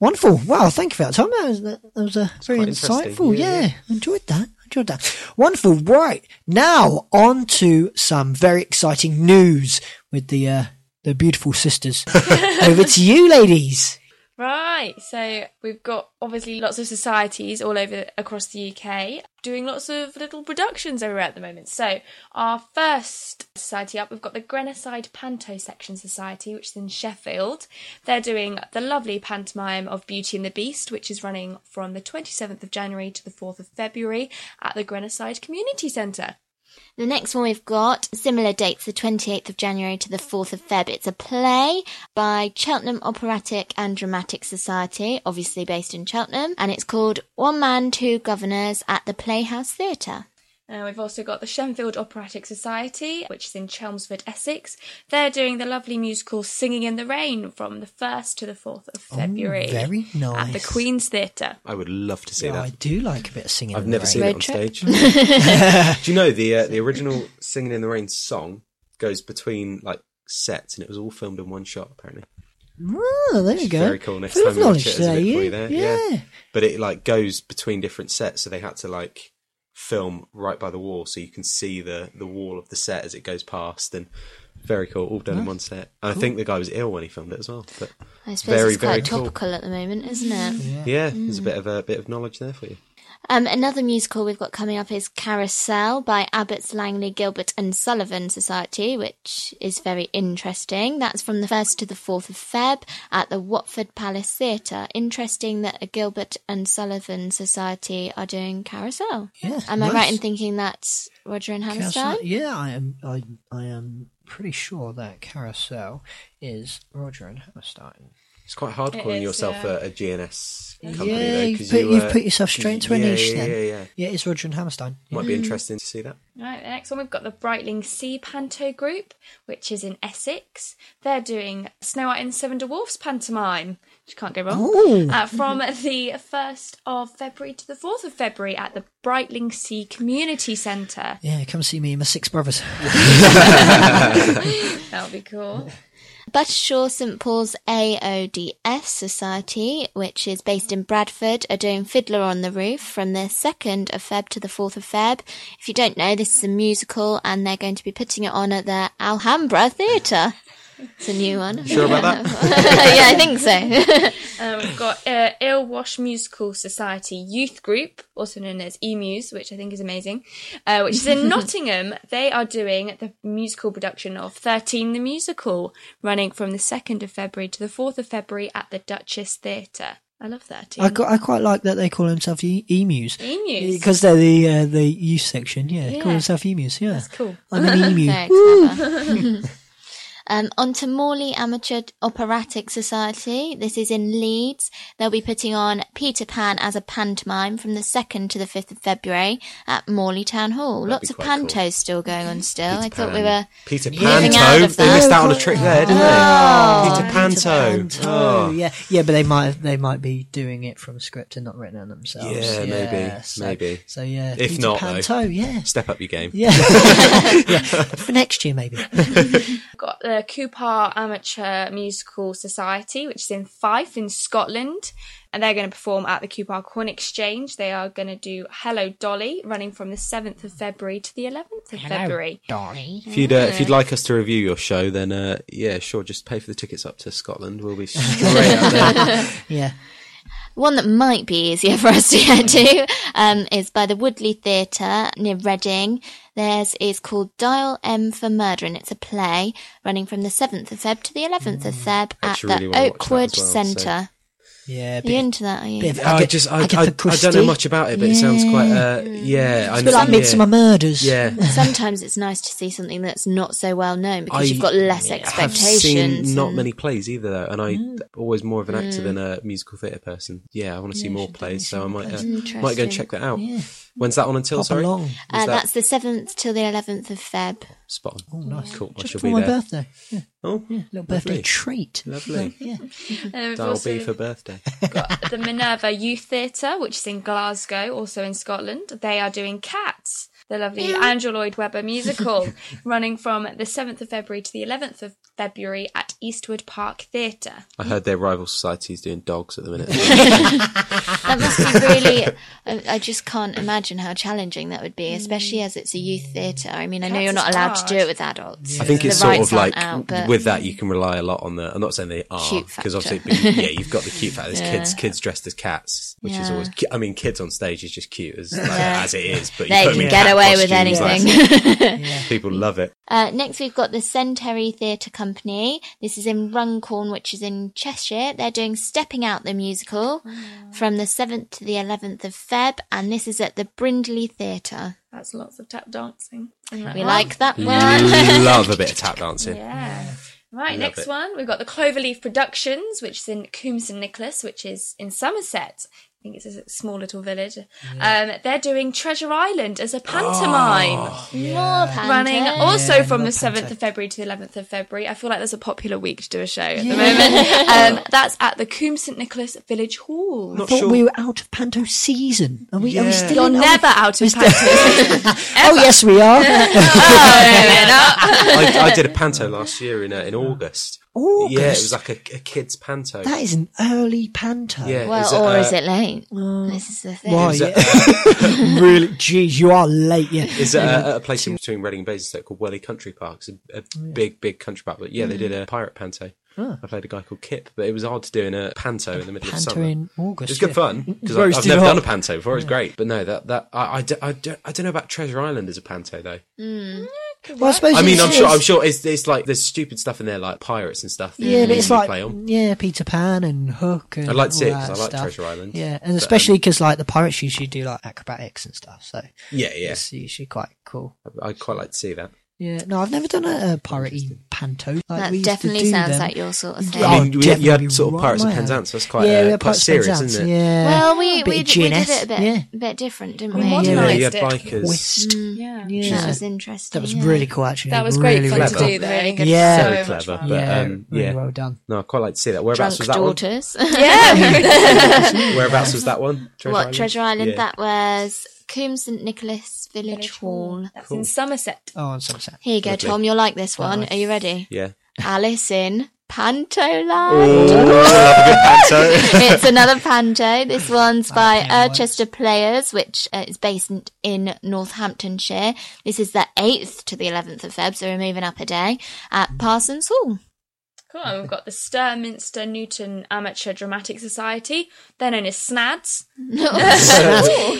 S3: wonderful. Wow, thank you for that, Tom. That was, that was a very
S1: quite
S3: insightful.
S1: interesting.
S3: Yeah,
S1: Yeah,
S3: enjoyed that. Enjoyed that. Wonderful. Right now, on to some very exciting news with the uh, the beautiful sisters. Over to you, ladies.
S5: Right. So we've got obviously lots of societies all over across the UK doing lots of little productions over at the moment. So our first society up, we've got the Grenoside Panto Section Society, which is in Sheffield. They're doing the lovely pantomime of Beauty and the Beast, which is running from the 27th of January to the 4th of February at the Grenoside Community Centre.
S4: The next one we've got, similar dates, the 28th of January to the 4th of Feb. It's a play by Cheltenham Operatic and Dramatic Society, obviously based in Cheltenham, and it's called One Man, Two Governors at the Playhouse Theatre.
S5: Uh, we've also got the Shenfield Operatic Society, which is in Chelmsford, Essex. They're doing the lovely musical Singing in the Rain from the 1st to the 4th of February.
S3: Oh, very
S5: At the
S3: nice.
S5: Queen's Theatre.
S1: I would love to see
S3: Yeah,
S1: that.
S3: I do like a bit of singing.
S1: I've
S3: in the
S1: never
S3: rain.
S1: seen
S4: Road
S1: it on
S4: trip.
S1: stage. Do you know the uh, the original "Singing in the Rain" song goes between like sets, and it was all filmed in one shot. Apparently,
S3: Oh, there you go.
S1: very cool. Next
S3: Full
S1: time
S3: of
S1: you watch
S3: knowledge
S1: it, there's a
S3: there,
S1: bit
S3: you.
S1: for you there. Yeah. but it like goes between different sets, so they had to like film right by the wall, so you can see the the wall of the set as it goes past, and very cool, all done in one set. And I think the guy was ill when he filmed it as well. But
S4: I suppose
S1: Very,
S4: it's quite
S1: very cool.
S4: topical at the moment, isn't it?
S1: yeah, there's a
S3: Mm.
S1: bit of a bit of knowledge there for you.
S4: Um, another musical we've got coming up is Carousel by Abbots Langley Gilbert and Sullivan Society, which is very interesting. That's from the 1st to the 4th of Feb at the Watford Palace Theatre. Interesting that a Gilbert and Sullivan Society are doing Carousel.
S3: Yeah,
S4: Am
S3: nice.
S4: I right in thinking that's Roger and
S3: Carousel-
S4: Hammerstein?
S3: Yeah, I am. I, I am pretty sure that Carousel is Roger and Hammerstein.
S1: It's quite hard
S5: It
S1: calling
S5: is,
S1: yourself
S5: yeah.
S1: a, a GNS company
S3: yeah,
S1: though,
S3: you've
S1: 'cause
S3: put,
S1: you,
S3: you, have
S1: uh,
S3: put yourself
S1: 'cause you-
S3: straight into a
S1: yeah,
S3: niche
S1: yeah,
S3: then. Mm.
S1: Yeah, yeah,
S3: Yeah, it's Roger and Hammerstein.
S1: Might be interesting to see that.
S5: Right, the next one we've got the Brightling Sea Panto Group, which is in Essex. They're doing Snow White and the Seven Dwarfs pantomime, which can't go
S3: Ooh.
S5: wrong, uh, from the 1st of February to the 4th of February at the Brightling Sea Community Centre.
S3: Yeah, come see me and my six brothers.
S5: That'll be cool.
S4: Buttershaw St Paul's AODS Society, which is based in Bradford, are doing Fiddler on the Roof from the 2nd of Feb to the 4th of Feb. If you don't know, this is a musical and they're going to be putting it on at the Alhambra Theatre. It's a new one.
S1: Sure about that?
S4: yeah, I think so.
S5: Uh, we've got uh, Ill Wash Musical Society Youth Group, also known as EMUs, which I think is amazing, uh, which is in Nottingham. They are doing the musical production of 13 the Musical, running from the 2nd of February to the 4th of February at the Duchess Theatre. I love 13.
S3: I, got, I quite like that they call themselves e- emus
S5: EMUs.
S3: because they're the uh, the youth section. Yeah, call
S5: Yeah.
S3: themselves emus. Yeah,
S5: That's cool.
S3: I'm an emu.
S4: Very clever. Um, on to Morley Amateur Operatic Society. This is in Leeds. They'll be putting on Peter Pan as a pantomime from the 2nd to the 5th of February at Morley Town Hall.
S1: That'd
S4: Lots
S1: be
S4: of
S1: quite cool.
S4: pantos still going on still. I
S1: Peter
S4: thought we
S1: Pan.
S4: were.
S1: Peter
S4: living out
S1: Panto.
S4: of
S1: They
S4: that.
S1: missed out on a trick there, didn't
S4: Oh.
S1: they? Peter Panto.
S3: Oh,
S1: Oh.
S3: yeah, yeah, but they might they might be doing it from script and not written on themselves.
S1: Yeah, maybe,
S3: so,
S1: maybe.
S3: So yeah,
S1: If
S3: Peter
S1: not, though.
S3: Panto, yeah,
S1: Step up your game.
S3: yeah, yeah, for next year maybe.
S5: got the Cupar Amateur Musical Society, which is in Fife in Scotland. and they're going to perform at the Cupar Corn Exchange. They are going to do Hello Dolly, running from the 7th of February to the 11th of February.
S3: Dolly.
S1: If you'd uh, if you'd like us to review your show, then uh, yeah, sure, just pay for the tickets up to Scotland. We'll be straight up there.
S3: Yeah.
S4: One that might be easier for us to get to um, is by the Woodley Theatre near Reading. Theirs is called Dial M for Murder, and it's a play running from the 7th of Feb to the 11th of Feb at
S1: Mm. Actually really
S4: the
S1: wanna watch that
S4: Oakwood
S1: as well, so-
S4: Centre.
S3: Yeah.
S4: Are you
S3: Bit,
S4: into that, are you?
S3: bit of
S1: I,
S3: Agat-
S1: just I, I,
S3: Agatha
S1: I don't
S3: Christie.
S1: know much about it, but it sounds quite uh, yeah. I
S3: It's a
S1: know,
S3: bit like
S1: yeah.
S3: Midsummer Murders.
S1: Yeah,
S4: Sometimes it's nice to see something that's not so well known because
S1: I
S4: you've got less
S1: I've
S4: expectations.
S1: seen not
S4: and-
S1: many plays either, though, and I always more of an actor than a musical theatre person. Yeah, I want to see more plays, so I might uh, might go
S4: Interesting.
S1: and check that out.
S3: Yeah.
S1: When's that on until?
S3: Pop
S1: sorry,
S3: along.
S4: Uh,
S1: Is that
S4: That's the seventh till the eleventh of Feb.
S1: spot on.
S3: Oh, nice.
S1: Cool, I
S3: Just
S1: shall
S3: for
S1: be
S3: my
S1: there.
S3: birthday. Yeah.
S1: Oh,
S3: yeah. Little birthday
S1: Lovely.
S3: treat.
S1: Lovely.
S3: Yeah.
S5: And we've
S1: Dial
S5: also
S1: B for birthday.
S5: got the Minerva Youth Theatre, which is in Glasgow, also in Scotland. They are doing Cats, the lovely Andrew Lloyd Webber musical, running from the 7th of February to the 11th of February at Eastwood Park Theatre.
S1: I heard their rival society is doing dogs at the minute.
S4: That must be really. I, I just can't imagine how challenging that would be, especially as it's a youth theatre. I mean, I know
S5: Cats
S4: you're not
S5: is
S4: allowed to do
S5: hard.
S4: it with adults.
S1: I think
S4: The
S1: it's sort
S4: rights
S1: of like
S4: aren't out, but-
S1: with that you can rely a lot on the. I'm not saying they are
S4: Cute
S1: because obviously,
S4: factor.
S1: it'd be- yeah, you've got the cute factor. There's kids, kids dressed as cats, which is
S4: Yeah.
S1: always. cu- I mean, kids on stage is just cute as like,
S4: Yeah.
S1: as it is, but you
S4: They
S1: put them
S4: can
S1: in
S4: get
S1: cat
S4: away with
S1: costumes, like,
S4: anything.
S1: people love it.
S4: Uh, next, we've got the Centenary Theatre Company. This is in Runcorn, which is in Cheshire. They're doing Stepping Out the musical
S3: Mm.
S4: from the 7th to the 11th of Feb, and this is at the Brindley Theatre.
S5: That's lots of tap dancing. in that
S4: We
S3: Uh-huh.
S5: one.
S4: like that one.
S1: love a bit of tap dancing.
S5: Yeah. Right,
S1: Love
S5: next
S1: it.
S5: one. We've got the Cloverleaf Productions, which is in Coombs and Nicholas, which is in Somerset. I think it's a small little village. Um, they're doing Treasure Island as a pantomime.
S4: Ah. More panto.
S5: running also
S3: Yeah,
S5: from
S3: more
S5: the
S3: panto.
S5: 7th of February to the 11th of February. I feel like that's a popular week to do a show at the moment. Um, that's at the Coombe St Nicholas Village Hall.
S1: Not
S3: Thought
S1: sure.
S3: we were out of panto season. Are we? Are we
S1: Yeah.
S3: still
S5: You're
S3: in? are we-
S5: never out of practice.
S3: Oh yes, we are.
S1: I, I did a panto last year in uh, in August.
S3: August.
S1: Yeah, it was like a, a kids panto.
S3: That is an early panto.
S1: yeah,
S4: Well,
S1: a,
S4: or
S1: uh,
S4: is it late? this is the thing.
S3: Why?
S1: Is it,
S3: really? Geez, you are late. Yeah. Oh,
S1: Is at a, at a place in between Reading and Basingstoke called Worley Country Park. It's a, a big, big country park. But yeah,
S3: Mm.
S1: they did a pirate panto. I played a guy called Kip, but it was odd to do in a panto in the middle of
S3: Ah. panto
S1: summer.
S3: in August.
S1: It was good
S3: yeah.
S1: fun because I've,
S3: Roasted
S1: I've never
S3: hot.
S1: done a panto before. It was great, but no, that that I, I, d- I, don't, I don't know about Treasure Island as a panto though.
S3: Well, I suppose
S1: I mean,
S3: it
S1: I'm sure
S3: is.
S1: I'm sure it's it's like there's stupid stuff in there like pirates and stuff. That
S3: Yeah,
S1: you
S3: but it's
S1: usually
S3: like
S1: play on.
S3: yeah, Peter Pan and Hook. And
S1: I'd like to
S3: all
S1: see it
S3: that
S1: 'cause I like
S3: stuff.
S1: Treasure Island,
S3: Yeah,
S1: but,
S3: and
S1: um,
S3: especially because like the pirates usually do like acrobatics and stuff, so
S1: Yeah, yeah,
S3: it's usually quite cool.
S1: I'd quite like to see that.
S3: Yeah, no, I've never done a, a piratey panto. Like,
S4: That
S3: we used to
S4: definitely
S3: do
S4: sounds
S3: them.
S4: like your sort of thing.
S3: Yeah.
S1: I
S3: Oh,
S1: mean, we,
S3: definitely
S1: you
S3: be
S1: had sort of
S3: right
S1: pirates
S3: in
S1: of
S3: my
S1: Penzance. That's quite
S3: yeah,
S1: uh,
S3: we had
S1: quite
S3: Pirates of
S1: serious,
S3: Penzance,
S1: isn't it?
S3: Yeah.
S4: Well, we,
S3: uh, Bit of
S4: we, d- we did
S3: G&S,
S4: it a bit,
S3: yeah.
S4: bit different, didn't
S5: We
S4: we?
S5: modernised
S1: Yeah, you had
S5: it.
S1: bikers.
S3: Twist.
S5: Mm. Yeah.
S3: Yeah.
S4: That was
S3: That
S4: interesting.
S3: was
S4: yeah.
S3: really cool, actually.
S5: That was
S3: really,
S5: great fun
S3: really
S5: to
S1: clever.
S5: do though.
S4: Really good
S3: Yeah.
S5: So
S1: Very
S5: much
S1: clever,
S5: fun.
S1: but,
S3: yeah,
S1: um,
S3: really
S1: yeah.
S3: well done.
S1: No, I quite like to see that. Whereabouts was
S4: Drunk
S1: that
S4: daughters.
S5: Yeah.
S1: one? Whereabouts was that one? Treasure
S4: what
S1: Island?
S4: Treasure Island?
S1: Yeah.
S4: That was Coombs St Nicholas Village, Hall.
S5: That's in Somerset.
S3: Oh, on Somerset.
S4: Here you go,
S1: Lovely.
S4: Tom. You'll like this one. Are you ready?
S1: Yeah.
S4: Alice in Panto
S1: Oh.
S4: Land. it's another panto. This one's by Urchester Players, which uh, is based in- in Northamptonshire. This is the 8th to the 11th of Feb, so we're moving up a day at Parsons Hall.
S5: Cool. And we've got the Sturminster Newton Amateur Dramatic Society. They're known as SNADs.
S3: Snads.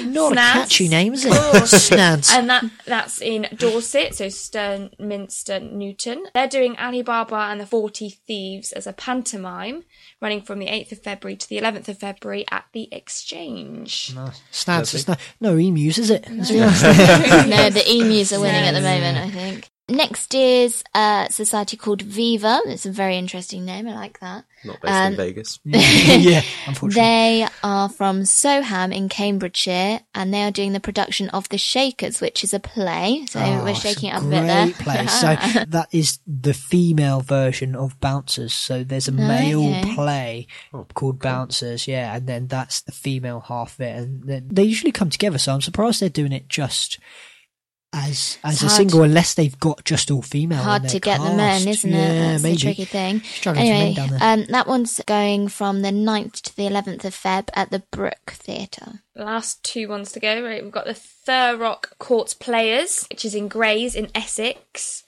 S3: Not a
S5: Snads.
S3: catchy name, is it?
S5: Cool.
S3: Snads.
S5: and that that's in Dorset, so Sturminster Newton. They're doing Alibaba and the Forty Thieves as a pantomime, running from the eighth of February to the eleventh of February at the Exchange.
S3: Snads. is no, no emus, is it? Let's be honest.
S4: no, the emus are winning at the moment, I think. Next is uh, a society called Viva. It's a very interesting name. I like that.
S1: Not based
S4: Um,
S1: in Vegas.
S3: yeah, unfortunately.
S4: They are from Soham in Cambridgeshire, and they are doing the production of The Shakers, which is a play. So
S3: Oh,
S4: we're
S3: it's
S4: shaking
S3: a
S4: it up a
S3: great
S4: bit there.
S3: place. so that is the female version of Bouncers. So there's a male
S4: Oh, Okay.
S3: play
S1: Oh,
S3: called Bouncers, yeah, and then that's the female half of it, and then they usually come together. So I'm surprised they're doing it just as as
S4: It's
S3: a
S4: hard.
S3: single unless they've got just all female. in
S4: hard
S3: their
S4: to get the
S3: cast.
S4: men, isn't
S3: yeah,
S4: it? That's
S3: maybe.
S4: the tricky thing.
S3: Struggling
S4: Anyway,
S3: to men down there.
S4: um, that one's going from the 9th to the 11th of Feb at the Brook Theatre.
S5: Last two ones to go. Right, we've got the Thurrock Court Players, which is in Grays in Essex.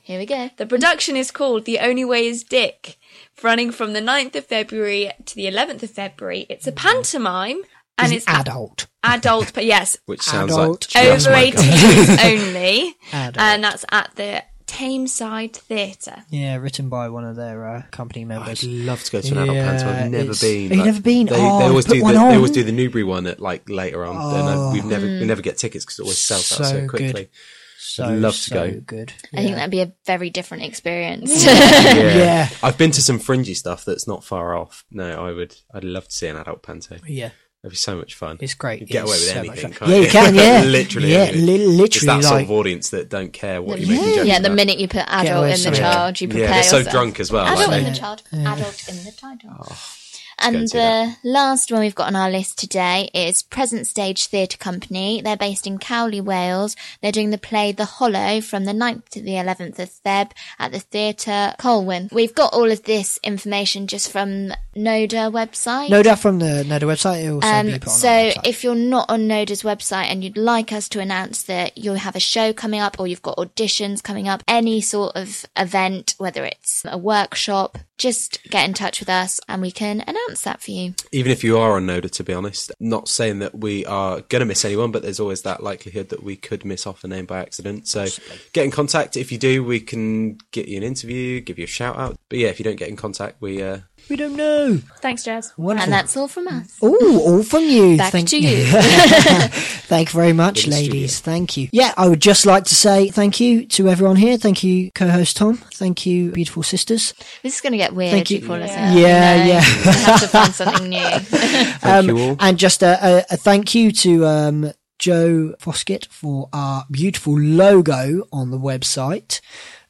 S4: Here we go.
S5: The production is called The Only Way is Dick. Running from the 9th of February to the 11th of February. It's a pantomime and
S3: He's
S5: it's
S3: an adult.
S5: adult, but yes,
S1: Which sounds
S3: Adult.
S1: like Jazz
S5: over
S1: Wanker.
S5: 18s only.
S3: Adult.
S5: And that's at the Tameside Theatre.
S3: Yeah, written by one of their uh, company
S1: I'd
S3: members.
S1: love to go to an adult
S3: Yeah,
S1: pantomime. I've never
S3: it's-
S1: been.
S3: Have you never been?
S1: They,
S3: Oh,
S1: they always
S3: put
S1: do.
S3: one
S1: the,
S3: on.
S1: They always do the Newbury one at like later on, and
S3: Oh.
S1: I, we've never we never get tickets because it always sells out
S3: So
S1: so
S3: good.
S1: quickly.
S3: So,
S1: I'd love to
S3: so
S1: go.
S3: good.
S4: I think
S3: Yeah.
S4: that'd be a very different experience.
S1: Yeah.
S3: Yeah.
S1: I've been to some fringy stuff that's not far off. No, I would. I'd love to see an adult panto. That'd
S3: Yeah,
S1: be so much fun.
S3: it's great.
S1: You get
S3: It's
S1: away with
S3: so much
S1: anything,
S3: fun.
S1: can't
S3: yeah, you
S1: you?
S3: can. Yeah,
S1: Literally
S3: Yeah,
S1: anything.
S3: li-
S1: It's
S3: literally
S1: that sort
S3: like
S1: of audience that don't care what you're making
S4: yeah,
S1: jokes
S4: the
S1: about.
S4: minute you put adult
S3: away
S4: in the
S3: with something.
S4: child, you prepare
S1: yeah, they're so
S4: yourself.
S1: drunk as well.
S4: Adult
S1: aren't
S4: in
S1: they? Oh,
S4: the child. Adult in the title.
S1: go
S4: And
S1: and see that.
S4: the last one we've got on our list today is Present Stage Theatre Company. They're based in Cowley, Wales. They're doing the play The Hollow from the 9th to the 11th of Feb at the Theatre Colwyn. We've got all of this information just from Noda website.
S3: no doubt from the no the website. It'll also be
S4: Um,
S3: put on our
S4: so
S3: website.
S4: if you're not on Noda's website and you'd like us to announce that you have a show coming up or you've got auditions coming up, any sort of event, whether it's a workshop, just get in touch with us and we can announce that for you.
S1: even if you are on Noda, to be honest, not saying that we are going to miss anyone, but there's always that likelihood that we could miss off a name by accident. So get in contact. If you do, we can get you an interview, give you a shout out. But yeah, if you don't get in contact, we uh,
S3: we don't know.
S5: Thanks, Jazz.
S3: Wonderful.
S4: And that's all from us.
S3: Ooh, all from you.
S4: Back
S3: thank
S4: to you.
S3: Thank you very much,
S1: Little
S3: ladies. Thank you. Yeah, I would just like to say thank you to everyone here. Thank you, co-host Tom. Thank you, beautiful sisters.
S4: This is going to get weird.
S3: Thank you.
S4: you call us
S3: Yeah,
S4: out, you know.
S3: yeah.
S4: We have to find something new.
S1: thank you all.
S3: Um, And just a, a, a thank you to um, Joe Foskett for our beautiful logo on the website.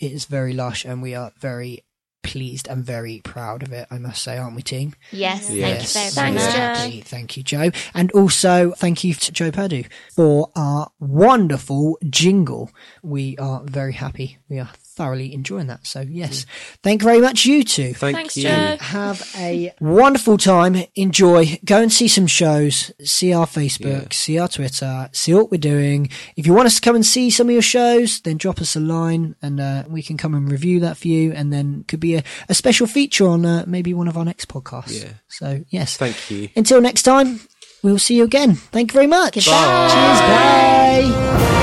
S3: It is very lush, and we are very pleased and very proud of it. I must say, aren't we, team?
S4: Yes,
S1: Yes.
S4: thank you very
S5: Thanks,
S4: much.
S5: Joe.
S3: Exactly. Thank you, Joe. And also thank you to Joe Purdue for our wonderful jingle. We are very happy. We are thoroughly enjoying that. So yes, thank you very much, you two.
S1: thank
S5: Thanks,
S1: you.
S5: Joe.
S3: Have a wonderful time. Enjoy. Go and see some shows. See our Facebook. See our Twitter. See what we're doing. If you want us to come and see some of your shows, then drop us a line and uh, we can come and review that for you. And then could be a, a special feature on uh, maybe one of our next podcasts.
S1: Yeah.
S3: So yes,
S1: Thank you.
S3: until next time, we'll see you again. Thank you very much.
S4: Goodbye.
S3: Cheers. Bye.